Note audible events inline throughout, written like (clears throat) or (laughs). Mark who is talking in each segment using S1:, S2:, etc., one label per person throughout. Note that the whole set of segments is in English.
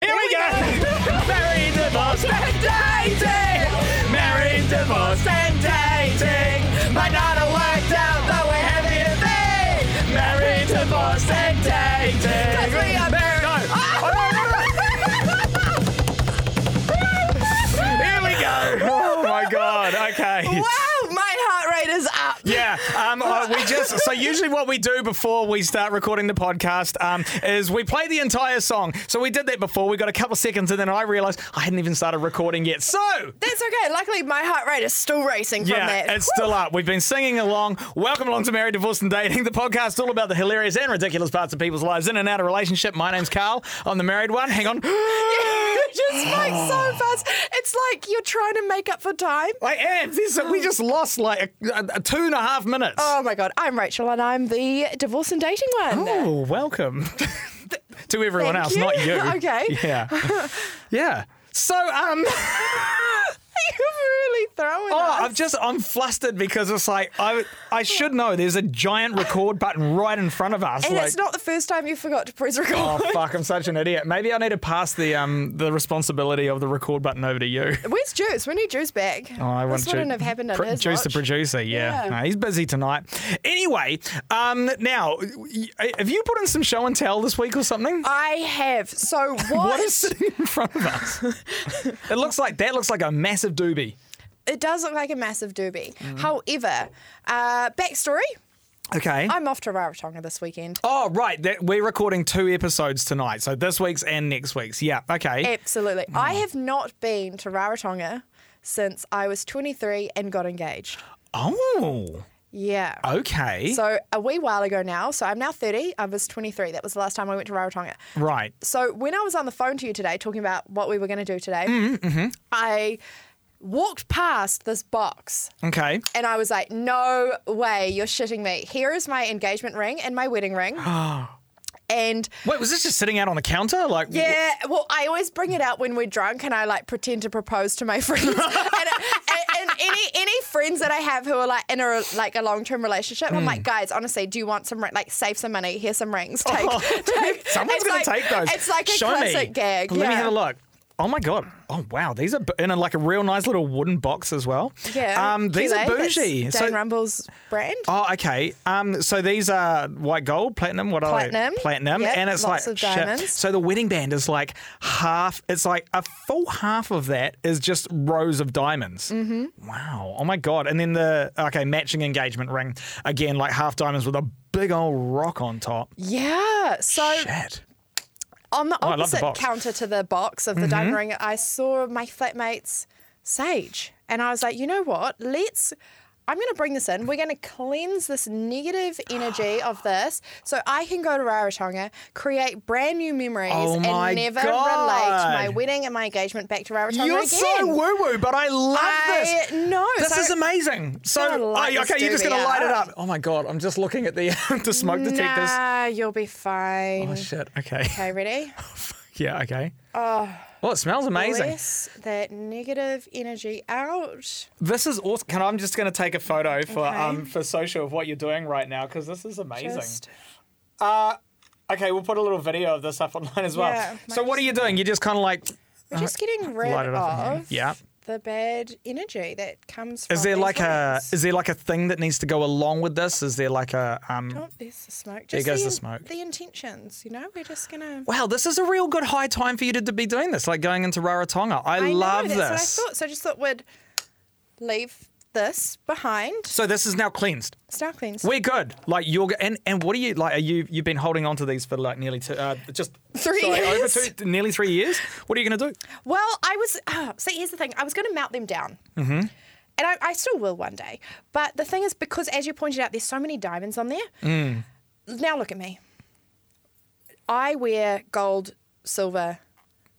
S1: (laughs) dating. Married, divorced, and dating. Might not have worked out, but we're happy to be. Married, divorced, and dating.
S2: 'Cause we are married.
S1: No. Oh,
S2: (laughs)
S1: (laughs) no, no. Here we go. Oh my god. Okay.
S2: Wow, my heart rate is up.
S1: Yeah, um, uh, we just so usually what we do before we start recording the podcast um, is we play the entire song. So we did that before. We got a couple of seconds, and then I realised I hadn't even started recording yet. So
S2: That's okay. Luckily, my heart rate is still racing from
S1: yeah,
S2: that.
S1: it's still up. We've been singing along. Welcome along to Married, Divorced, and Dating, the podcast all about the hilarious and ridiculous parts of people's lives in and out of relationship. My name's Carl. I'm the married one. Hang
S2: (gasps)
S1: on.
S2: (laughs) it just
S1: (sighs)
S2: makes so fast. It's like you're trying to make up for time.
S1: I am. This, we just lost like a, a, a two and a half minutes.
S2: Oh my god, I'm Rachel and I'm the divorce and dating one. (laughs)
S1: Oh, welcome to everyone
S2: Thank
S1: else,
S2: you.
S1: not you.
S2: (laughs) Okay. (laughs)
S1: Yeah. yeah. So um,
S2: You're really throwing
S1: oh,
S2: us.
S1: I'm just I'm flustered because it's like I I should know. There's a giant record button right in front of us.
S2: and
S1: like,
S2: it's not the first time you forgot to press record.
S1: Oh fuck! I'm such an idiot. Maybe I need to pass the um the responsibility of the record button over to
S2: (laughs)
S1: you.
S2: (laughs) Where's Juice? We need Juice back.
S1: Oh, I want
S2: this wouldn't
S1: Ju-
S2: have happened in
S1: Pro-
S2: his
S1: Juice the
S2: watch.
S1: producer, yeah.
S2: Yeah.
S1: No, he's busy tonight. Anyway, um, now y- have you put in some show and tell this week or something?
S2: I have. So what?
S1: (laughs) What is sitting in front of
S2: (laughs)
S1: us? it looks like that looks like a massive doobie.
S2: it does look like a massive doobie.
S1: Mm.
S2: However, uh, backstory.
S1: Okay.
S2: I'm off to Rarotonga this weekend.
S1: oh right, that, we're recording two episodes tonight, so this week's and next week's. Yeah. Okay.
S2: Absolutely. I have not been to Rarotonga since I was 23 and got engaged.
S1: oh.
S2: Yeah.
S1: Okay.
S2: So a wee while ago now, so I'm now 30, I was 23. That was the last time I went to Rarotonga.
S1: right.
S2: So when I was on the phone to you today talking about what we were going to do today, I walked past this box
S1: Okay.
S2: and I was like, no way, you're shitting me. Here is my engagement ring and my wedding ring. and
S1: Wait, was this just sitting out on the counter? Like.
S2: yeah, well, I always bring it out when we're drunk and I like pretend to propose to my (laughs) friends. and, and, and any any friends that I have who are like in a like a long term relationship, I'm
S1: Hmm.
S2: like, guys, honestly, do you want some ring? Like, save some money. Here's some rings.
S1: (laughs)
S2: Take, take.
S1: Oh. Someone's
S2: It's
S1: gonna
S2: like-
S1: take those.
S2: It's like a
S1: Show
S2: classic
S1: me.
S2: gag.
S1: Let me
S2: yeah.
S1: have a look. Oh my god! Oh wow! These are bu- in a, like a real nice little wooden box as well.
S2: Yeah,
S1: Um, these are
S2: Kiwi, that's
S1: bougie.
S2: Dane
S1: So-
S2: Rumble's brand.
S1: Oh, okay. Um, so these are white gold, platinum. What are
S2: Platinum.
S1: they? Platinum,
S2: Yep,
S1: and it's
S2: lots
S1: like
S2: of
S1: shit.
S2: diamonds.
S1: So the wedding band is like half. It's like a full half of that is just rows of diamonds. Mm-hmm. Wow. Oh my god. And then the okay matching engagement ring again, like half diamonds with a big old rock on top.
S2: Yeah. So
S1: Shit.
S2: on the
S1: Oh, I love the
S2: opposite
S1: box. Mm-hmm.
S2: counter to the box of the diamond ring, I saw my flatmate's sage. And I was like, you know what? Let's. I'm going to bring this in. We're going to cleanse this negative energy
S1: (gasps)
S2: of this so I can go to Rarotonga, create brand new memories,
S1: Oh my
S2: and never
S1: God.
S2: relate my wedding and my engagement back to Rarotonga
S1: You're
S2: again.
S1: so woo woo, but I love
S2: I
S1: this.
S2: know.
S1: This
S2: So-
S1: is amazing. So,
S2: Gotta light
S1: oh,
S2: this
S1: okay, you're just gonna
S2: doobie
S1: light it
S2: up.
S1: up. Oh my god, I'm just looking at the (laughs) the smoke detectors.
S2: Nah, you'll be fine.
S1: Oh shit. Okay. (laughs)
S2: okay, ready?
S1: Yeah, okay. Oh. Well, it smells amazing.
S2: Release that negative energy out.
S1: This is awesome. Can I- I'm just going to take a photo for
S2: Okay.
S1: um for social of what you're doing right now because this is amazing.
S2: Just-
S1: Okay, we'll put a little video of this up online as well.
S2: Yeah,
S1: so
S2: might
S1: what are you doing? You're just kind of like,
S2: We're just getting rid
S1: Uh, light it up in here.
S2: of
S1: Yeah.
S2: the bad energy that comes from
S1: is there
S2: these
S1: like a
S2: lights.
S1: is there like a thing that needs to go along with this? Is there like a um?
S2: Oh, there's the smoke.
S1: There
S2: Just
S1: goes the
S2: the, in-
S1: smoke.
S2: The intentions, you know, we're just gonna.
S1: Wow, this is a real good high time for you to, to be doing this, like going into Rarotonga. I,
S2: I
S1: love
S2: know, that's
S1: this.
S2: What I thought. So I just thought we'd leave this behind.
S1: So this is now cleansed.
S2: It's now cleansed.
S1: We're good. Like you're, g- and and what are you like? Are you you've been holding on to these for like nearly two, uh, just
S2: Three
S1: sorry,
S2: years.
S1: over two, nearly three years. What are you gonna do?
S2: Well, I was. (sighs) Oh, see, here's the thing. I was going to melt them down. Mm-hmm. And I, I still will one day. But the thing is, because as you pointed out, there's so many diamonds on there.
S1: Mm.
S2: Now look at me. I wear gold, silver,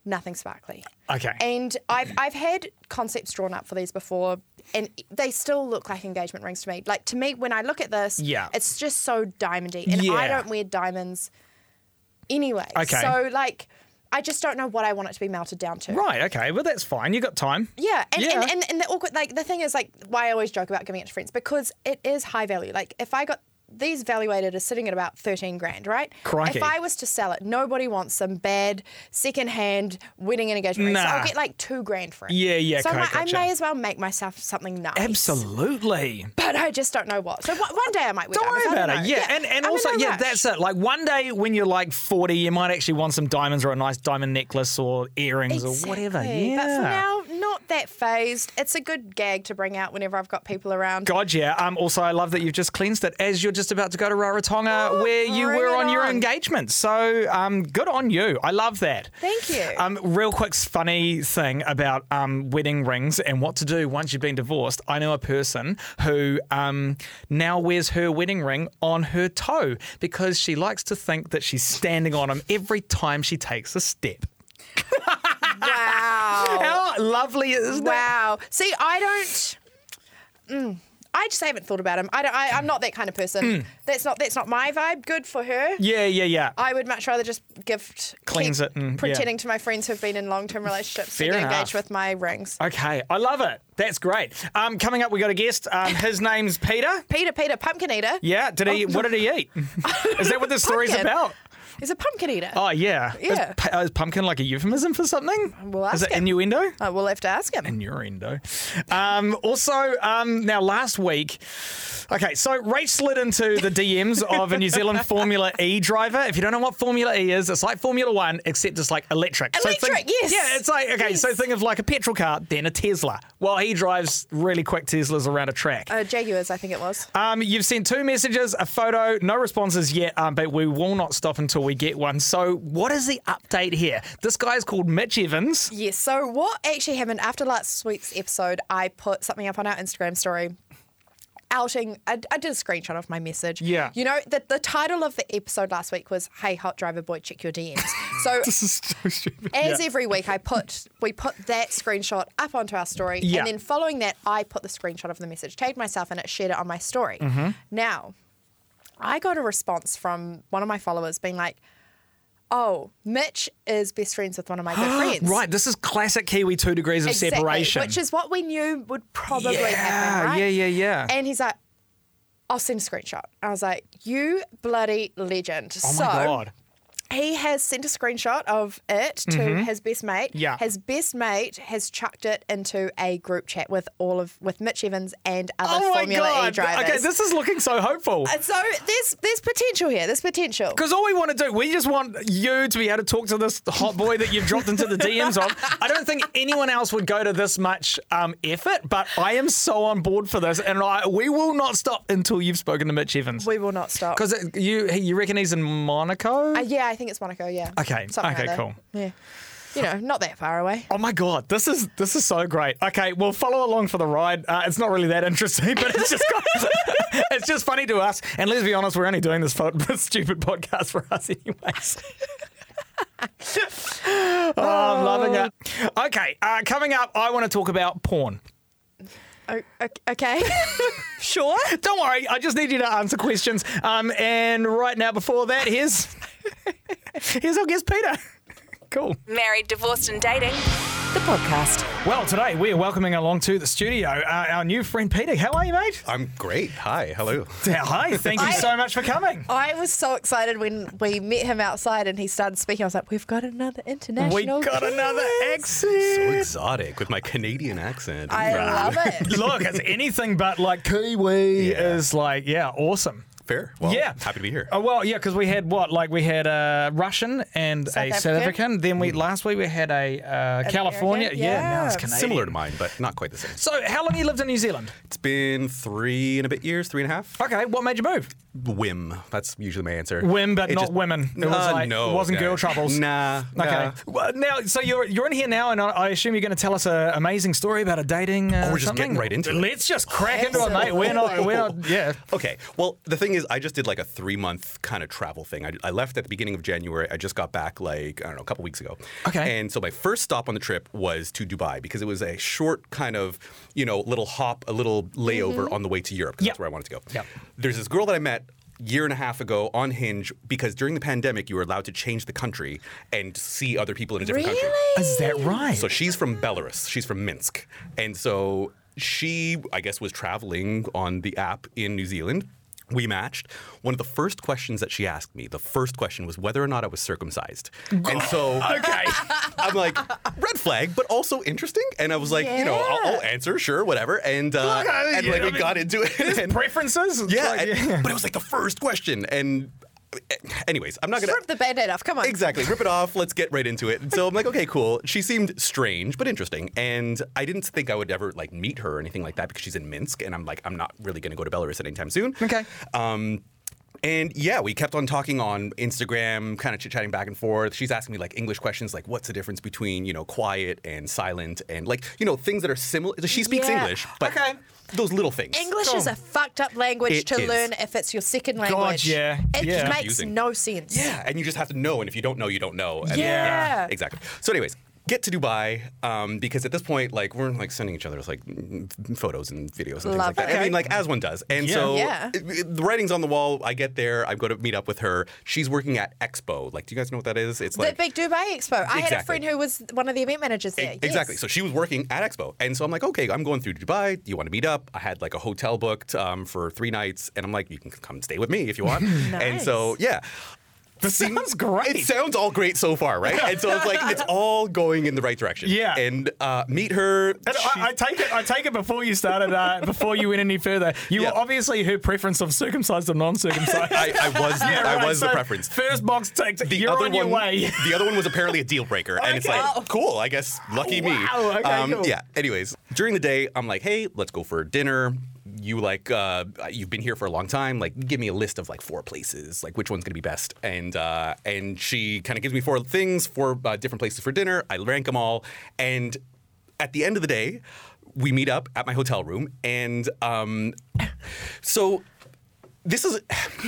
S2: nothing sparkly.
S1: Okay.
S2: And I've I've had concepts drawn up for these before, and they still look like engagement rings to me. Like to me, when I look at this,
S1: Yeah.
S2: it's just so diamondy, and I
S1: Yeah.
S2: don't wear diamonds anyway.
S1: Okay.
S2: So like, I just don't know what I want it to be melted down to.
S1: Right, okay, well that's fine. You got time.
S2: Yeah, and,
S1: Yeah.
S2: And, and and the awkward like the thing is like why I always joke about giving it to friends because it is high value. Like if I got these valuated as sitting at about 13 grand, right?
S1: Crikey.
S2: If I was to sell it, nobody wants them bad secondhand wedding and engagement rings. So
S1: Nah.
S2: I'll get like two grand for it.
S1: Yeah, yeah,
S2: So I'm
S1: okay,
S2: like,
S1: gotcha.
S2: I may as well make myself something nice.
S1: Absolutely.
S2: (laughs) But I just don't know what. So one one day I might. wear
S1: Don't
S2: diamonds,
S1: worry
S2: I
S1: about
S2: know.
S1: it. Yeah, and, and
S2: I'm in
S1: also,
S2: no
S1: yeah,
S2: rush.
S1: that's it. Like one day when you're like 40, you might actually want some diamonds or a nice diamond necklace or earrings or whatever.
S2: Exactly.
S1: Yeah.
S2: But for now, not that phased. It's a good gag to bring out whenever I've got people
S1: (laughs)
S2: around.
S1: God, yeah. Um, also, I love that you've just cleansed it as you're just about to go to Rarotonga
S2: Oh,
S1: where you
S2: bring
S1: were
S2: it
S1: on, your
S2: on.
S1: engagement. So um, good on you. I love that.
S2: Thank you.
S1: Um, real quick, funny thing about um, wedding rings and what to do once you've been divorced. I know a person who um, now wears her wedding ring on her toe because she likes to think that she's standing on him every time she takes a step.
S2: Wow.
S1: How lovely is that?
S2: Oh. wow. See, I don't. Mm, I just haven't thought about him. I don't, I, I'm not that kind of person. That's not that's not my vibe. Good for her.
S1: Hmm. Yeah, yeah, yeah.
S2: I would much rather just gift
S1: Cleanse
S2: keep
S1: it and- yeah.
S2: pretending to my friends who've been in long term relationships
S1: Fair
S2: to get
S1: enough.
S2: engaged with my rings.
S1: Okay, I love it. That's great. Um, coming up, we got a guest. Um, his
S2: (laughs)
S1: name's Peter.
S2: Peter, Peter, pumpkin eater.
S1: Yeah, did he? What did he eat? Is that what this story's
S2: Pumpkin.
S1: about?
S2: He's a pumpkin eater.
S1: Oh yeah.
S2: Yeah.
S1: Is, pu- is pumpkin like a euphemism for something?
S2: We'll
S1: Is
S2: ask
S1: it
S2: him.
S1: innuendo?
S2: Uh, we'll have to ask him.
S1: Innuendo. Um, also, um, now last week, okay, so Rach slid into the DMs of a New
S2: (laughs)
S1: Zealand Formula E driver. If you don't know what Formula E is, it's like Formula One, except it's like electric. so
S2: Electric,
S1: think,
S2: yes.
S1: Yeah, it's like, okay, so think of like a petrol car, then a Tesla. Well, he drives really quick Teslas around a track.
S2: Uh, Jaguars, I think it was.
S1: Um, you've sent two messages, a photo, no responses yet, um, but we will not stop until we get one. So, what is the update here? This guy's called Mitch (laughs) Evans.
S2: Yes. So what actually happened after last week's episode? I put something up on our Instagram story. Outing, I, I did a screenshot of my message.
S1: Yeah.
S2: You know, the, the title of the episode last week was Hey Hot Driver Boy, Check
S1: (laughs)
S2: Your DMs. So
S1: is so stupid.
S2: as every week, I put we put that screenshot up onto our story,
S1: Yeah.
S2: and then following that, I put the screenshot of the message, tagged myself in it, shared it on my story.
S1: Mm-hmm.
S2: Now, I got a response from one of my followers being like, "Oh, Mitch is best friends with one of
S1: (gasps)
S2: my good friends."
S1: Right, this is classic Kiwi two degrees of
S2: Exactly,
S1: separation.
S2: which is what we knew would probably
S1: Yeah,
S2: happen, right?
S1: yeah, yeah, yeah.
S2: And he's like, "I'll send a screenshot." I was like, "You bloody legend!"
S1: oh my
S2: so
S1: god.
S2: he has sent a screenshot of it to his best mate.
S1: Mm-hmm. Yeah.
S2: His best mate has chucked it into a group chat with all of with Mitch Evans and other
S1: Oh my
S2: Formula E
S1: god.
S2: drivers.
S1: Okay, this is looking so hopeful.
S2: And so there's there's potential here. There's potential.
S1: Because all we want to do, we just want you to be able to talk to this hot boy that you've dropped into the DMs of. I don't think anyone else would go to this much um, effort, but I am so on board for this, and I, we will not stop until you've spoken to Mitch Evans.
S2: We will not stop.
S1: Because you you reckon he's in Monaco?
S2: Uh, yeah, I think it's Monaco. Yeah.
S1: Okay,
S2: Something
S1: okay,
S2: like that.
S1: cool.
S2: Yeah. You know, not that far away.
S1: Oh my god, this is this is so great. Okay, well follow along for the ride. Uh, it's not really that interesting, (laughs) but it's just got, it's just funny to us. And let's be honest, we're only doing this, (laughs) fo- this stupid podcast for us, anyways. (laughs) oh, I'm loving it. Okay, uh, coming up, I want to talk about porn.
S2: O- o-
S1: (laughs)
S2: okay. sure.
S1: Don't worry, I just need you to answer questions. Um, and right now, before that, here's (laughs) here's our guest, Peter. (laughs) Cool.
S3: Married, divorced, and dating. The podcast.
S1: Well, today we are welcoming along to the studio uh, our new friend Peter. How are you, mate?
S4: I'm great. Hi. Hello.
S1: Yeah, hi, thank you
S2: I-
S1: so much for coming.
S2: I was so excited when we met him outside and he started speaking. I was like, "We've got another international."
S1: We got
S2: guest."
S1: another
S4: So
S1: exit.
S4: (laughs) exotic with my Canadian accent.
S2: I
S4: Rah.
S2: love it.
S1: Look, it's anything but like Kiwi
S4: Yeah.
S1: is like, yeah, awesome.
S4: Fair. Well,
S1: yeah.
S4: Happy to be here.
S1: Oh, well, yeah, because we had what? Like, we had a Russian and a
S2: South
S1: South African.
S2: African.
S1: Then
S4: Mm.
S1: we last week we had a uh, California.
S2: American,
S1: Yeah, now it's
S2: yeah.
S1: Canadian.
S4: Similar to mine, but not quite the same.
S1: So, how long you lived in New Zealand?
S4: It's been three and a bit years, three and a half.
S1: Okay, what made you move?
S4: Whim. That's usually my answer.
S1: Whim, but
S4: It
S1: not
S4: just-
S1: women. It was
S4: Uh,
S1: like,
S4: no,
S1: it wasn't
S4: no.
S1: girl troubles.
S4: Nah.
S1: Okay.
S4: nah.
S1: Well, now, so you're you're in here now, and I, I assume you're going to tell us an amazing story about a dating. Uh,
S4: Oh, we're just
S1: something?
S4: getting right into it.
S1: Let's just crack into it, mate. We're not. We're
S4: (laughs)
S1: not. Yeah.
S4: Okay. Well, the thing is, I just did like a three month kind of travel thing. I, I left at the beginning of January. I just got back like, I don't know, a couple weeks ago.
S1: Okay.
S4: And so my first stop on the trip was to Dubai because it was a short kind of, you know, little hop, a little layover
S1: Mm-hmm.
S4: on the way to Europe 'cause
S1: Yep.
S4: that's where I wanted to go.
S1: Yep.
S4: There's this girl that I met year and a half ago on Hinge because during the pandemic, you were allowed to change the country and see other people in a (laughs) different country.
S1: Is that right?
S4: So she's from Belarus. She's from Minsk. And so she, I guess, was traveling on the app in New Zealand. We matched. One of the first questions that she asked me, the first question was whether or not I was circumcised. And so (laughs) okay. I'm like, red flag, but also interesting. And I was like, you know, I'll, I'll answer, sure, whatever. And uh,
S1: Look, I-
S4: and like
S1: I
S4: we
S1: mean,
S4: got into it. and-
S1: Preferences? It's
S4: yeah,
S1: like,
S4: and- but it was like the first question. And eh, anyways, I'm not gonna
S2: Rip the band-aid off. Come on.
S4: Exactly. Rip it off. Let's get right into it. And so I'm like, okay, cool. She seemed strange, but interesting. And I didn't think I would ever like meet her or anything like that because she's in Minsk, and I'm like, I'm not really going to go to Belarus anytime soon.
S1: Okay.
S4: Um, and yeah, we kept on talking on Instagram, kind of chit chatting back and forth. She's asking me like English questions, like what's the difference between you know quiet and silent, and like you know things that are similar. She speaks
S2: Yeah.
S4: English, but
S1: Okay.
S4: those little things.
S2: English
S1: Cool.
S2: is a fucked up language
S4: It
S2: to
S4: is.
S2: learn if it's your second language.
S1: yeah.
S2: It
S1: Yeah.
S2: makes
S4: Confusing.
S2: no sense.
S4: Yeah, and you just have to know, and if you don't know, you don't know. And-
S2: Yeah.
S4: exactly. So, anyways, get to Dubai um, because at this point, like we're like sending each other like mm, photos and videos and things
S2: Love
S4: like that.
S2: it.
S4: I mean, like as one does. And
S1: Yeah.
S4: so
S2: Yeah.
S4: it- it- the writing's on the wall. I get there. I go to meet up with her. She's working at Expo. Like, do you guys know what that is? It's
S2: The
S4: like e,
S2: big Dubai Expo. I had a
S4: Exactly.
S2: friend who was one of the event managers there.
S4: E- Exactly.
S2: Yes.
S4: So she was working at Expo. And so I'm like, okay, I'm going through to Dubai. Do you want to meet up? I had like a hotel booked um, for three nights. And I'm like, you can come stay with me if
S2: (laughs)
S4: you want. And so, yeah.
S1: This
S4: Seems-
S1: sounds great.
S4: It sounds all great so far, right? and so it's like, it's all going in the right direction.
S1: Yeah.
S4: And uh, meet her.
S1: And
S4: She-
S1: I, I take it. I take it before you started. Uh, before you went any further, you
S4: Yeah.
S1: were obviously her preference of circumcised or
S4: (laughs)
S1: non-circumcised.
S4: I, I was,
S1: Yeah,
S4: I
S1: right,
S4: was
S1: so
S4: the preference.
S1: First box ticked. You're on your way.
S4: the other one was apparently a deal breaker, and it's
S1: Okay.
S4: like, cool. I guess lucky me. Um,
S1: Wow, okay, cool.
S4: Yeah. Anyways, during the day, I'm like, hey, let's go for dinner. You like, uh, you've been here for a long time. Like, give me a list of like four places. Like, which one's gonna be best? And uh, and she kind of gives me four things, four uh, different places for dinner. I rank them all, and at the end of the day, we meet up at my hotel room, and um, so this is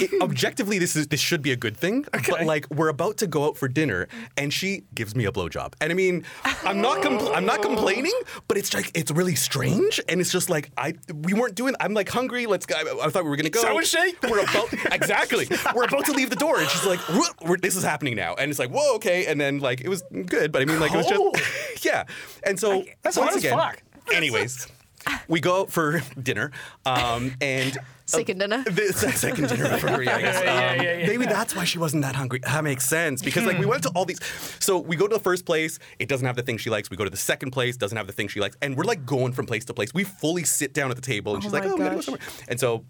S4: it- objectively this is this should be a good thing, but like we're about to go out for dinner, and she gives me a blowjob, and I mean, I'm not compl- I'm not complaining, but it's like it's really strange, and it's just like I we weren't doing. I'm like hungry. Let's go. I, I thought we were gonna go.
S1: So was she.
S4: We're about exactly. We're about to leave the door, and she's like, "Whoa, we're- "This is happening now," and it's like, "Whoa, okay," and then like it was good, but I mean, like it was
S1: Cool.
S4: just (laughs) yeah, and so
S1: Oh. that's
S4: once
S1: hot as
S4: again,
S1: fuck. (laughs)
S4: anyways. We go out for dinner, um, and
S2: Second dinner?
S4: (laughs) the se- second dinner for her, yeah, I guess.
S1: (laughs) Yeah, yeah,
S4: Um,
S1: yeah, yeah.
S4: Maybe that's why she wasn't that hungry. That makes sense because like we went to all these. So we go to the first place, it doesn't have the thing she likes. We go to the second place, doesn't have the thing she likes, and we're like going from place to place. We fully sit down at the table, and she's like,
S2: my
S4: "Oh, we gotta go
S2: gosh.
S4: somewhere." And so,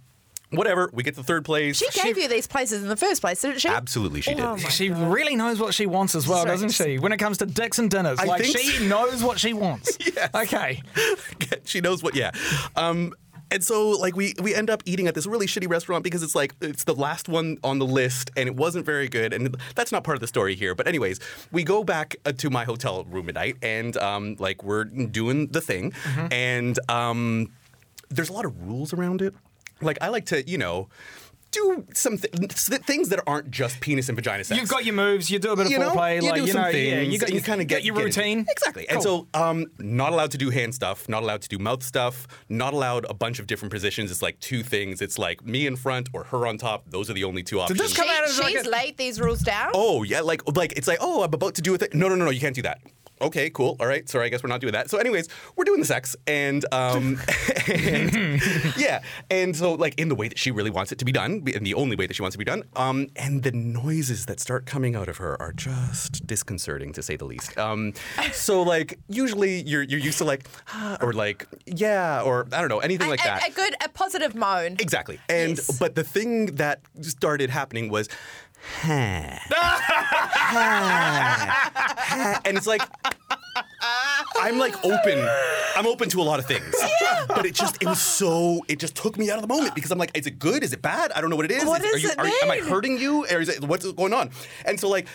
S4: whatever, we get to the third place.
S2: She gave you these places in the first place, didn't she?
S4: absolutely she did.
S2: Oh my
S1: She really knows what she wants as well,
S2: Sorry.
S1: doesn't she? When it comes to dicks and dinners,
S4: I
S1: like
S4: think
S1: she
S4: so.
S1: knows what she
S4: (laughs)
S1: wants. Okay.
S4: she knows what. Yeah. Um, and so like we we end up eating at this really shitty restaurant because it's like it's the last one on the list and it wasn't very good and that's not part of the story here but anyways we go back uh, to my hotel room at night and um, like we're doing the thing and um, there's a lot of rules around it like I like to you know do some th- things that aren't just penis and vagina sex
S1: You've got your moves. You do a bit of
S4: you know,
S1: foreplay.
S4: you
S1: like
S4: do
S1: you
S4: some
S1: know, yeah,
S4: things.
S1: you got
S4: and
S1: your,
S4: you kind of get,
S1: your
S4: get into-
S1: routine.
S4: exactly. And
S1: Cool.
S4: so, um, not allowed to do hand stuff, not allowed to do mouth stuff, not allowed a bunch of different positions. It's like two things. It's like me in front or her on top. Those are the only two options.
S1: this come out as
S2: She,
S1: like
S2: she's
S1: a-
S2: laid these rules down.
S4: oh yeah, like like it's like oh I'm about to do a thing. No no no no you can't do that. Okay, cool. All right. Sorry, I guess we're not doing that. So, anyways, we're doing the sex, and um, (laughs) and, yeah, and so like in the way that she really wants it to be done, in the only way that she wants it to be done, um, and the noises that start coming out of her are just disconcerting to say the least. Um, so like usually you're you're used to like (gasps) ah, or like yeah or I don't know anything
S2: a,
S4: like
S2: a-
S4: that.
S2: a good, a positive moan.
S4: (laughs) Exactly. And
S2: Yes.
S4: but the thing that started happening was (laughs) and it's like I'm like open. I'm open to a lot of things. But it just it was so it just took me out of the moment because I'm like, is it good? Is it bad? I don't know what it is.
S2: What
S4: are
S2: does
S4: you,
S2: it
S4: are you- am I
S2: mean?
S4: hurting you? Or is it what's going on? And so like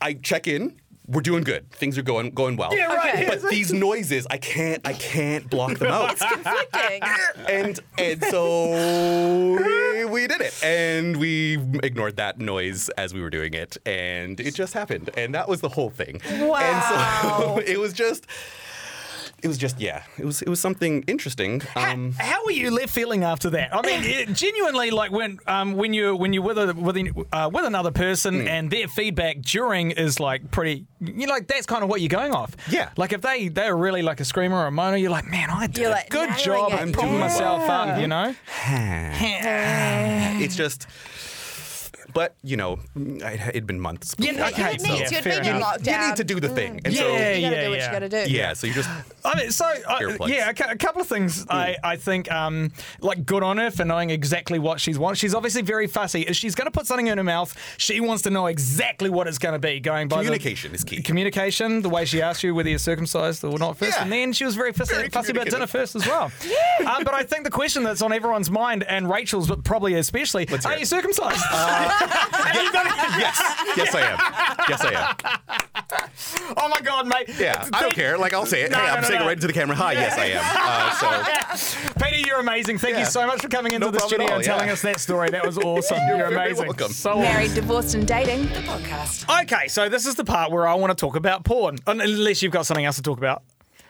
S4: I check in. We're doing good. Things are going going well.
S1: Yeah, right.
S2: Okay.
S4: But these noises, I can't I can't block them out
S2: It's conflicting.
S4: (laughs) and and so we, we did it, and we ignored that noise as we were doing it, and (laughs) it just happened, and that was the whole thing. And
S2: Wow.
S4: so it was just. it was just yeah, it was it was something interesting.
S2: (laughs)
S4: Um,
S1: how, how were you left feeling after that? I
S4: (laughs)
S1: mean, it- genuinely, like when um, when you when you with a, with, an- uh, with another person
S4: Hmm.
S1: and their feedback during is like pretty, you know, like that's kind of what you're going off.
S4: Yeah.
S1: Like if they they're really like a screamer or a moaner, you're like, man, I did
S2: You're
S1: a
S2: like
S1: good
S2: nailing
S1: job
S2: it.
S1: at pulling
S4: Yeah.
S1: myself up, you know.
S4: it's just, but you know, it had been months.
S1: Yeah,
S4: before
S1: okay,
S4: that,
S2: you need
S4: so-
S2: to, you'd
S1: fair
S2: been in
S1: enough.
S2: lockdown. Mm.
S4: you need to do the thing, and so
S1: Yeah,
S2: You gotta
S1: yeah,
S2: do what
S1: yeah.
S2: you gotta do.
S4: yeah, so you just
S1: I mean, so I,
S4: Earplugs.
S1: yeah, a, cou- a couple of things. I, I think um, like good on her for knowing exactly what she wants. She's obviously very fussy. If she's going to put something in her mouth, she wants to know exactly what it's going to be. Going by the-
S4: Communication is key.
S1: Communication, the way she asked you whether you're circumcised or not first,
S4: Yeah.
S1: and then she was very fussy,
S4: Very
S1: fussy about
S4: communicative.
S1: dinner first as well. um, but I think the question that's on everyone's mind and Rachel's, but probably especially,
S4: Let's hear
S1: are
S4: it. Uh,
S1: you circumcised? (laughs)
S4: yes, yes I am, yes I am.
S1: oh my god, mate!
S4: Yeah, I don't care. Like I'll say it.
S1: No,
S4: hey,
S1: no,
S4: I'm
S1: no,
S4: saying
S1: no.
S4: it right into the camera. Hi, yes I am. Uh, so.
S1: (laughs) Peter, you're amazing. Thank
S4: Yeah.
S1: you so much for coming into
S4: No
S1: the
S4: problem at
S1: studio
S4: all,
S1: and telling
S4: yeah.
S1: us that story. That was
S4: (laughs)
S1: awesome. you're,
S4: very
S1: amazing.
S4: welcome.
S1: So
S3: Married, divorced, and dating. The podcast.
S1: Okay, so this is the part where I want to talk about porn, Un- unless you've got something else to talk about.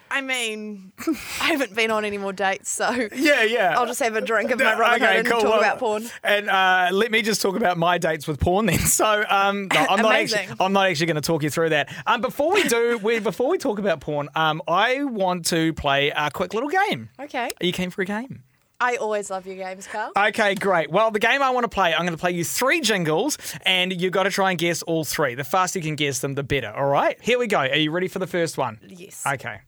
S2: I mean, I haven't been on any more dates, so
S1: Yeah, yeah.
S2: I'll just have a drink
S1: (laughs)
S2: of my rum and talk
S1: well,
S2: about porn.
S1: And uh, let me just talk about my dates with porn then. (laughs) So um, no, I'm not actually,
S2: Amazing.
S1: I'm not actually going to talk you through that. Um, before we do, we, before we talk about porn, um, I want to play a quick little game.
S2: Okay.
S1: Are you Uh, came for a game?
S2: I always love your games, Carl.
S1: Okay, great. Well, the game I want to play, I'm going to play you three jingles, and you've got to try and guess all three. The faster you can guess them, the better. All right, here we go. Are you ready for the first one?
S2: Yes.
S1: Okay.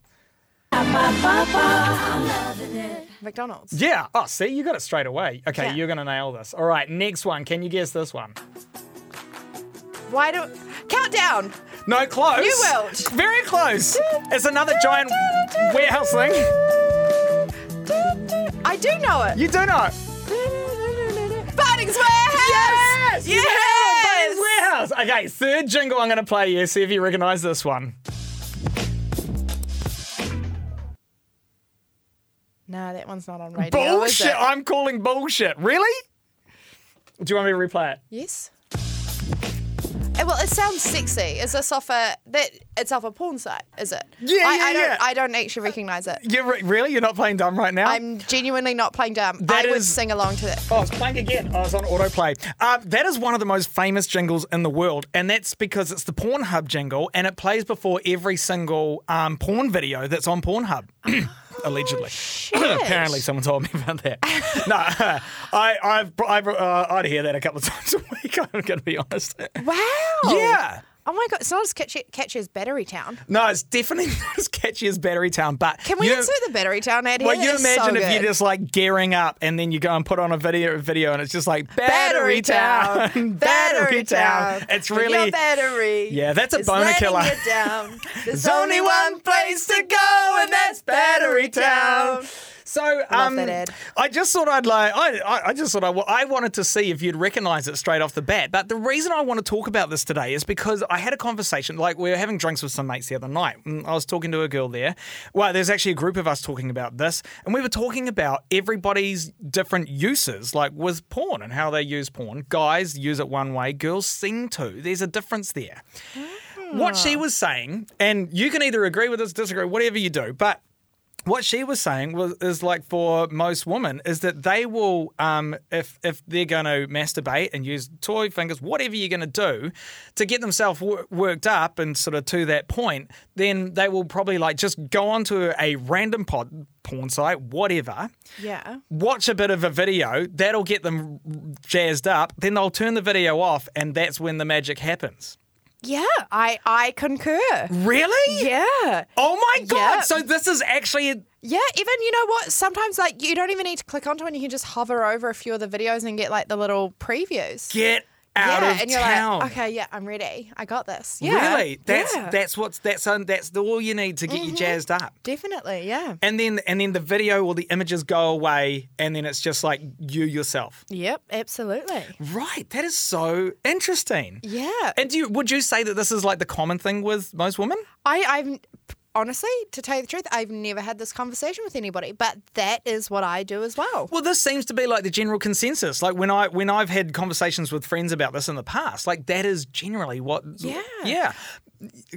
S2: McDonald's.
S1: Yeah. Oh, see, you got it straight away. Okay,
S2: Yeah.
S1: you're going to nail this. All right, next one. Can you guess this one?
S2: Why do countdown?
S1: No, close.
S2: New World.
S1: Very close. It's another giant warehouse thing.
S2: I do know it.
S1: You do know.
S2: Bunnings Warehouse. Yes. Yes.
S1: Warehouse. Okay, third jingle I'm going to play you. See if you recognize this one.
S2: No, that one's not on radio. Is
S1: Bullshit.
S2: it?
S1: I'm calling bullshit. Really? Do you want me to replay it?
S2: Yes. Eh, Well, it sounds sexy. Is this off a that? It's off a porn site, is it?
S1: Yeah,
S2: I,
S1: yeah,
S2: I don't,
S1: yeah. Uh,
S2: I don't actually recognise it.
S1: You're re- really? You're not playing dumb right now?
S2: I'm genuinely not playing dumb.
S1: That
S2: I would
S1: is-
S2: sing along to that.
S1: Oh, I was playing again. I was on autoplay. Uh, that is one of the most famous jingles in the world, and that's because it's the Pornhub jingle, and it plays before every single um, porn video that's on Pornhub. (clears throat) Allegedly, apparently someone told me about that. (laughs) no, I, I've, I've uh, I'd hear that a couple of (laughs) times a week. I'm going to be honest.
S2: Wow.
S1: Yeah.
S2: Oh my god, it's not as catchy, catchy as Battery Town.
S1: No, it's definitely (laughs) not as catchy as Battery Town, but
S2: Can we
S1: you-
S2: insert the Battery Town ad
S1: Well,
S2: here?
S1: you
S2: It's so
S1: imagine if
S2: good.
S1: you're just like gearing up and then you go and put on a video video and it's just like battery,
S2: Battery
S1: town,
S2: Town,
S1: (laughs) battery town. It's
S2: When
S1: really
S2: your battery.
S1: Yeah, that's a
S2: is
S1: boner
S2: letting
S1: killer.
S2: you
S1: (laughs)
S2: down. There's
S1: There's
S2: only one place to go, and that's Battery Town.
S1: So
S2: Love
S1: um,
S2: that ad.
S1: I just thought I'd like I, I, I just thought I, wa- I wanted to see if you'd recognise it straight off the bat. But the reason I want to talk about this today is because I had a conversation like we were having drinks with some mates the other night. And I was talking to a girl there. Well, there's actually a group of us talking about this, and we were talking about everybody's different uses, like with porn and how they use porn. Guys use it one way, girls seem to. There's a difference there what she was saying, and you can either agree with us, disagree, whatever you do, but what she was saying was is like for most women is that they will um, if if they're going to masturbate and use toy fingers whatever you're going to do to get themselves wor- worked up and sort of to that point then they will probably like just go onto a random pod, porn site whatever
S2: Yeah.
S1: watch a bit of a video that'll get them jazzed up then they'll turn the video off and that's when the magic happens
S2: Yeah, I, I concur.
S1: really
S2: Yeah.
S1: Oh my god!
S2: Yeah.
S1: So this is actually
S2: Yeah, even you know what? Sometimes like you don't even need to click onto one. You can just hover over a few of the videos and get like the little previews.
S1: get out
S2: yeah,
S1: of
S2: and you're
S1: town.
S2: like, okay, yeah, I'm ready. I got this. Yeah.
S1: Really? That's
S2: yeah. Mm-hmm.
S1: that's what's that's um, that's the, all you need to get you jazzed up.
S2: definitely, yeah.
S1: And then and then the video or the images go away, and then it's just like you yourself.
S2: Yep, absolutely.
S1: Right. That is so interesting.
S2: Yeah.
S1: And do you, would you say that this is like the common thing with most women?
S2: I, I've honestly, to tell you the truth, I've never had this conversation with anybody, but that is what I do as well.
S1: Well, this seems to be like the general consensus. Like when I when I've had conversations with friends about this in the past, like that is generally what.
S2: Yeah.
S1: Yeah.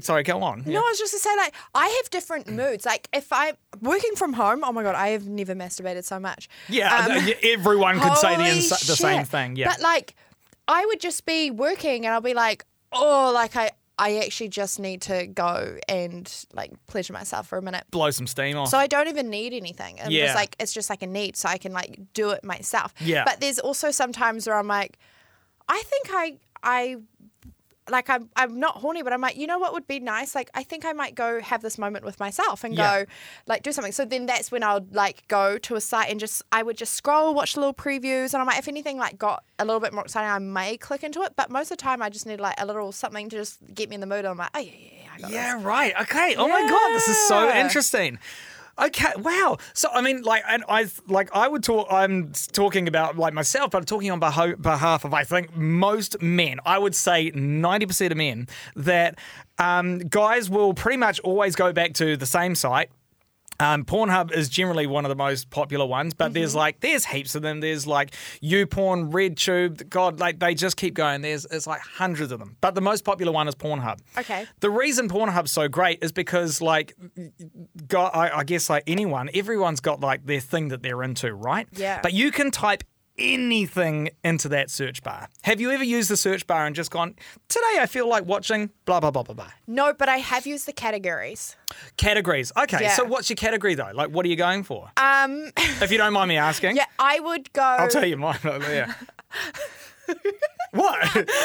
S1: Sorry, go on.
S2: No, I was just to say, like, I have different moods. Like, if I'm working from home, oh my God, I have never masturbated so much.
S1: Yeah,
S2: Um,
S1: th- everyone could say the,
S2: Holy
S1: ins- the same
S2: shit.
S1: thing. Yeah.
S2: But like, I would just be working and I'll be like, oh, like I, I actually just need to go and like pleasure myself for a minute.
S1: Blow some steam off.
S2: So I don't even need anything. I'm
S1: Yeah.
S2: just like, it's just like a need. So I can like do it myself.
S1: Yeah.
S2: But there's also sometimes where I'm like, I think I, I, like I'm, I'm not horny, but I'm like, you know what would be nice? Like, I think I might go have this moment with myself and
S1: Yeah.
S2: go, like, do something. So then that's when I'll like go to a site and just, I would just scroll, watch little previews, and I might, if anything, like got a little bit more exciting, I may click into it. But most of the time, I just need like a little something to just get me in the mood. I'm like, oh yeah, yeah, yeah, I got this.
S1: Yeah, right. Okay. Oh my god, this is so
S2: Yeah.
S1: interesting. Okay. Wow. So I mean, like, and I like I would talk. I'm talking about like myself, but I'm talking on beho- behalf of I think most men. I would say ninety percent of men that um, guys will pretty much always go back to the same site. Um, Pornhub is generally one of the most popular ones, but
S2: Mm-hmm.
S1: there's like there's heaps of them. There's like YouPorn, RedTube. God, like they just keep going. There's it's like hundreds of them, but the most popular one is Pornhub.
S2: Okay.
S1: The reason Pornhub's so great is because, like, got, I, I guess, like anyone, everyone's got like their thing that they're into, right?
S2: Yeah.
S1: But you can type anything into that search bar. Have you ever used the search bar and just gone, today I feel like watching blah, blah, blah, blah, blah?
S2: No, but I have used the categories.
S1: Categories. Okay.
S2: Yeah.
S1: So what's your category, though? Like, what are you going for? Um, if you don't mind me asking.
S2: (laughs) Yeah, I would go.
S1: I'll tell you mine.
S2: (laughs)
S1: Yeah. what?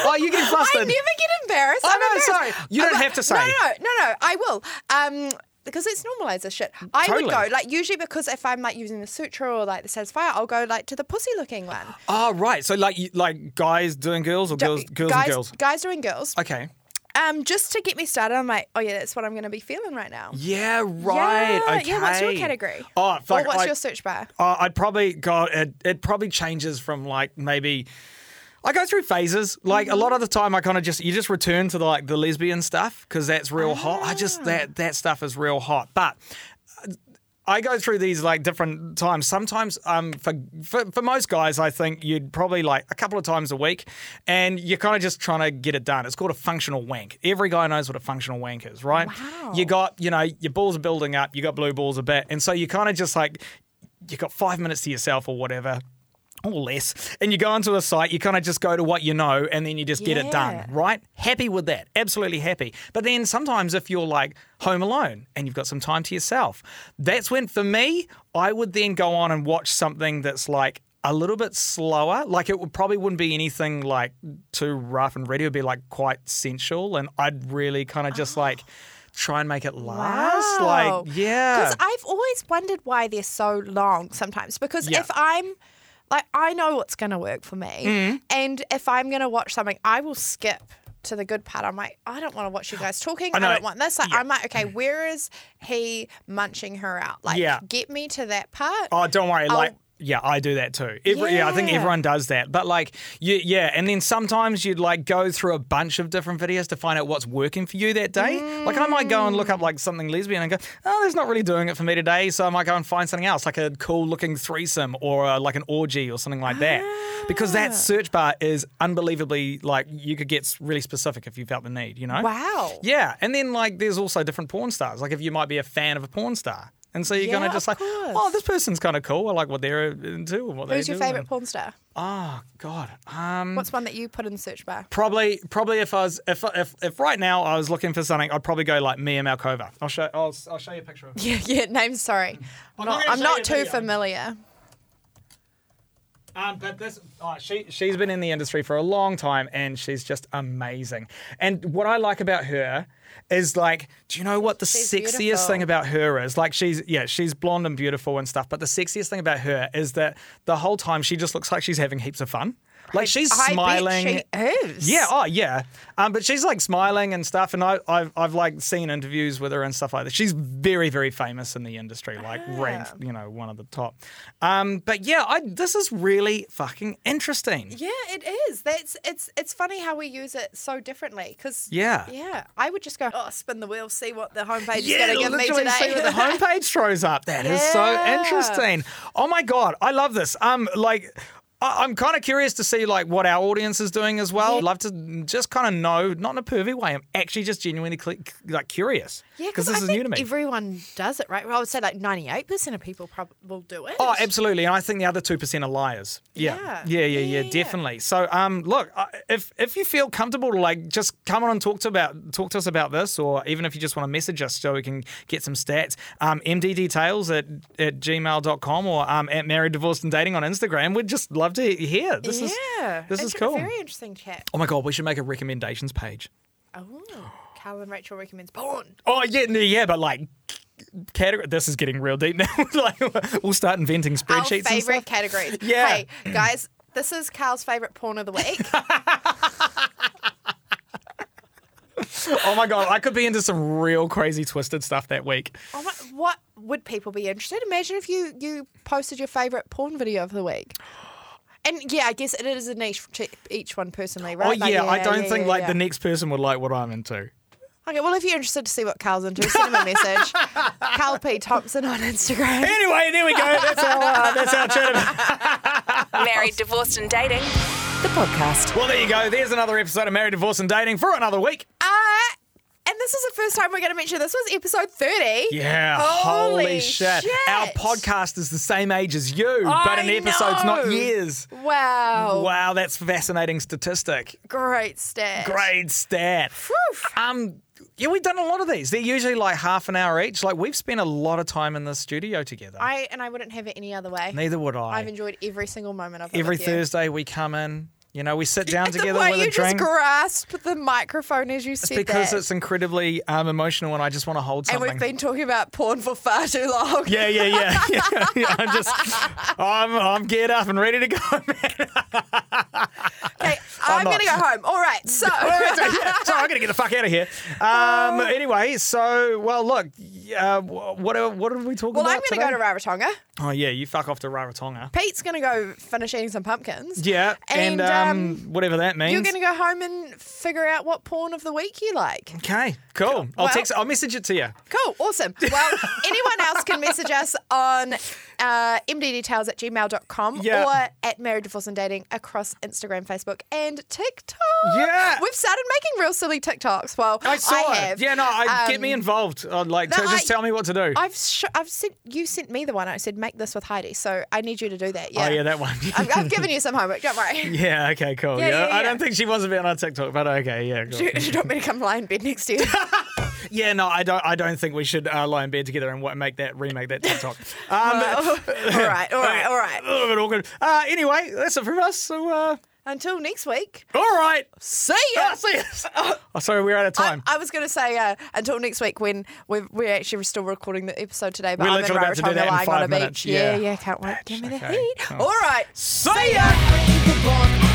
S1: Oh, you get
S2: I
S1: flustered.
S2: never get embarrassed.
S1: Oh,
S2: I'm
S1: no,
S2: embarrassed.
S1: sorry. You don't
S2: I'm-
S1: have to say.
S2: No, no, no, no. I will. Um, because it's normalized this shit. I would
S1: Totally.
S2: go like usually because if I'm like using the sutra or like the satisfier, I'll go like to the pussy looking one.
S1: Oh, right. So, like, you, like guys doing girls or (gasps) girls, girls
S2: guys,
S1: and girls?
S2: guys doing girls.
S1: Okay.
S2: Um, just to get me started, I'm like, oh yeah, that's what I'm gonna be feeling right now.
S1: Yeah, right.
S2: Yeah,
S1: okay.
S2: yeah, what's your category?
S1: Oh, fuck.
S2: or what's
S1: I,
S2: your search bar?
S1: uh, I'd probably go. It, it probably changes from like maybe. I go through phases. Like a lot of the time, I kind of just you just return to the, like the lesbian stuff because that's real hot. I just
S2: Ah.
S1: that that stuff is real hot. But I go through these like different times. Sometimes, um, for, for for most guys, I think you'd probably like a couple of times a week, and you're kind of just trying to get it done. It's called a functional wank. Every guy knows what a functional wank is, right? You got, you know, your balls are building up. You got blue balls a bit, and so you kind of just like you got five minutes to yourself or whatever. Or less, and you go onto a site, you kind of just go to what you know, and then you just get it
S2: Yeah.
S1: done, right? Happy with that. Absolutely happy. But then sometimes if you're like home alone and you've got some time to yourself, that's when for me, I would then go on and watch something that's like a little bit slower. Like it would probably wouldn't be anything like too rough and ready. It would be like quite sensual. And I'd really kind of just like try and make it last. Like, yeah.
S2: Because I've always wondered why they're so long sometimes. Because
S1: Yeah.
S2: if I'm like, I know what's going to work for me.
S1: Mm.
S2: And if I'm going to watch something, I will skip to the good part. I'm like, I don't want to watch you guys talking. I,
S1: know.
S2: don't want this. Like, I'm like, okay, where is he munching her out? Like,
S1: Yeah.
S2: get me to that part.
S1: Oh, don't worry. Like,
S2: I'll-
S1: yeah, I do that too. Every, yeah. I think
S2: Yeah.
S1: everyone does that. But like, you, yeah, and then sometimes you'd like go through a bunch of different videos to find out what's working for you that day.
S2: Mm.
S1: Like, I might go and look up like something lesbian and go, oh, that's not really doing it for me today. So I might go and find something else, like a cool looking threesome or uh, like an orgy or something like that. Because
S2: Ah.
S1: that search bar is unbelievably like you could get really specific if you felt the need, you know?
S2: Wow.
S1: Yeah, and then like there's also different porn stars. Like if you might be a fan of a porn star, and so you're
S2: Yeah,
S1: kind of
S2: of
S1: just like, oh,
S2: course.
S1: this person's kind of cool. I like what they're uh, into and what they
S2: Who's
S1: do.
S2: your favorite porn star?
S1: Oh God, um,
S2: What's one that you put in the search bar? (laughs)
S1: probably probably if I was if, if if right now I was looking for something, I'd probably go like Mia Malkova. I'll show I'll, I'll show you a picture of. Her.
S2: Yeah, yeah, names, sorry.
S1: I'm not
S2: I'm not,
S1: gonna show
S2: I'm
S1: you
S2: not
S1: a
S2: too
S1: video.
S2: familiar.
S1: Um, but this, oh, she she's been in the industry for a long time, and she's just amazing. And what I like about her is like, do you know what the
S2: She's
S1: sexiest
S2: beautiful.
S1: thing about her is? Like, she's yeah, she's blonde and beautiful and stuff. But the sexiest thing about her is that the whole time she just looks like she's having heaps of fun. Like she's
S2: I bet
S1: smiling.
S2: she is.
S1: Yeah, oh yeah. Um, but she's like smiling and stuff, and I, I've I've like seen interviews with her and stuff like that. She's very very famous in the industry, like
S2: Ah.
S1: ranked, you know, one of the top. Um, but yeah, I this is really fucking interesting.
S2: Yeah, it is. That's it's it's funny how we use it so differently. Cause
S1: Yeah.
S2: yeah, I would just go oh spin the wheel, see what the homepage is going to give me
S1: literally
S2: today.
S1: see
S2: (laughs)
S1: what the homepage throws up. That is so
S2: Yeah.
S1: interesting. Oh my god, I love this. Um, like. I- I'm kind of curious to see like what our audience is doing as well. Love to just kind of know, not in a pervy way. I'm actually just genuinely cl- like curious.
S2: Yeah,
S1: because
S2: because
S1: this
S2: I
S1: is
S2: think
S1: new to me.
S2: everyone does it, right? Well, I would say like 98% of people probably will do it.
S1: Oh, absolutely. And I think the other 2% are liars. Yeah.
S2: Yeah.
S1: Yeah, yeah, yeah,
S2: Yeah, yeah, yeah.
S1: definitely. So, um, look, I- if if you feel comfortable to like just come on and talk to about talk to us about this or even if you just want to message us so we can get some stats, um, mddetails at, at gmail.com or um, at married, divorced and dating on Instagram. We'd just love to hear. This
S2: yeah.
S1: is this
S2: It's
S1: is
S2: been a
S1: cool.
S2: very interesting chat.
S1: Oh my god, we should make a recommendations page.
S2: Oh, Carl and Rachel recommends porn.
S1: Oh yeah, no, yeah, but like category this is getting real deep now. (laughs) like we'll start inventing
S2: Our
S1: spreadsheets and stuff.
S2: favorite categories.
S1: (laughs) Yeah.
S2: Hey, guys, this is Carl's favorite porn of the week.
S1: Oh my god, I could be into some real crazy twisted stuff that week.
S2: oh my, what would people be interested? Imagine if you you posted your favorite porn video of the week. And yeah, I guess it is a niche for ch- each one personally, right?
S1: Oh
S2: Like,
S1: yeah, I don't
S2: yeah,
S1: think
S2: yeah,
S1: like
S2: yeah.
S1: the next person would like what I'm into.
S2: Okay, well, if you're interested to see what Carl's into, send him
S1: (laughs)
S2: a message. Carl P. Thompson on Instagram.
S1: Anyway, there we go. That's our
S2: (laughs)
S1: uh, that's our chat. about-
S3: Married, divorced, and dating. The podcast.
S1: Well, there you go. There's another episode of Married, Divorce, and Dating for another week.
S2: Uh, and this is the first time we're going to mention this was episode 30.
S1: Yeah, holy,
S2: Holy
S1: shit. Our
S2: shit.
S1: podcast is the same age as you, but
S2: I
S1: an episode's not
S2: know.
S1: years.
S2: Wow.
S1: Wow, that's a fascinating statistic.
S2: Great stat.
S1: Great stat. Um, yeah, we've done a lot of these. They're usually like half an hour each. Like we've spent a lot of time in the studio together.
S2: I and I wouldn't have it any other way.
S1: Neither would I.
S2: I've enjoyed every single moment of it.
S1: every
S2: with you.
S1: Thursday we come in. You know, we sit down
S2: And
S1: together
S2: the way
S1: with
S2: you
S1: a drink.
S2: just grasp the microphone as you said
S1: because
S2: that.
S1: it's incredibly um, emotional, and I just want to hold
S2: and
S1: something.
S2: we've been talking about porn for far too long.
S1: yeah, yeah, yeah. (laughs) yeah, yeah. I'm just, I'm, I'm geared up and ready to go. (laughs) Man. (laughs)
S2: Okay, I'm
S1: not.
S2: going to go home. All right.
S1: (laughs)
S2: So,
S1: so I'm gonna get the fuck out of here. Um,
S2: Oh.
S1: anyway, so well, look, uh, wh- what what did we talk
S2: (laughs) well,
S1: about?
S2: I'm going to go to
S1: today?
S2: Rarotonga.
S1: Oh yeah, you fuck off to Rarotonga.
S2: Pete's going to go finish eating some pumpkins.
S1: Yeah, and,
S2: And,
S1: um, whatever that means.
S2: You're going to go home and figure out what porn of the week you like.
S1: okay, cool. I'll
S2: Well-
S1: text. I'll message it to you.
S2: Cool. Awesome.
S1: (laughs)
S2: Well, anyone else can message us on uh, mddetails at gmail.com
S1: Yeah.
S2: or at Married, Divorce and Dating across Instagram, Facebook, and TikTok.
S1: Yeah.
S2: We've started making real silly TikToks. Well,
S1: I saw
S2: have.
S1: it. Yeah, no, I, get me
S2: Um,
S1: involved. I'd like to
S2: no,
S1: just
S2: I-
S1: tell me what to do.
S2: I've sh- I've sent you sent me the one. I said make this with Heidi. So I need you to do that. Yeah.
S1: Oh yeah, that one.
S2: (laughs) I've, I've given you some homework. Don't (laughs) worry.
S1: (laughs) Yeah, okay, cool. Yeah,
S2: Yeah, yeah,
S1: I don't
S2: yeah.
S1: think she wants to be on our TikTok, but okay, yeah, cool.
S2: (laughs) Do you want me to come lie in bed next to
S1: (laughs)
S2: you?
S1: yeah, no, I don't. I don't think we should uh, lie in bed together and wa- make that remake that
S2: (laughs)
S1: TikTok. Um,
S2: all right. All right. All
S1: a (laughs)
S2: right.
S1: little bit awkward. Uh, anyway, that's it from us. So, uh,
S2: Until next week.
S1: all right.
S2: See ya.
S1: Ah, see yous.
S2: (laughs)
S1: Oh, sorry, we're out of
S2: I-
S1: time.
S2: I, was going to say uh, until next week when we're, we're actually still recording the episode today, but
S1: We're
S2: I'm in
S1: literally about to do that
S2: Rarotonga
S1: in
S2: lying
S1: five
S2: on a
S1: minutes,
S2: beach. Yeah,
S1: yeah.
S2: yeah, can't wait. Give me the
S1: okay.
S2: heat.
S1: Cool.
S2: All right.
S1: see ya.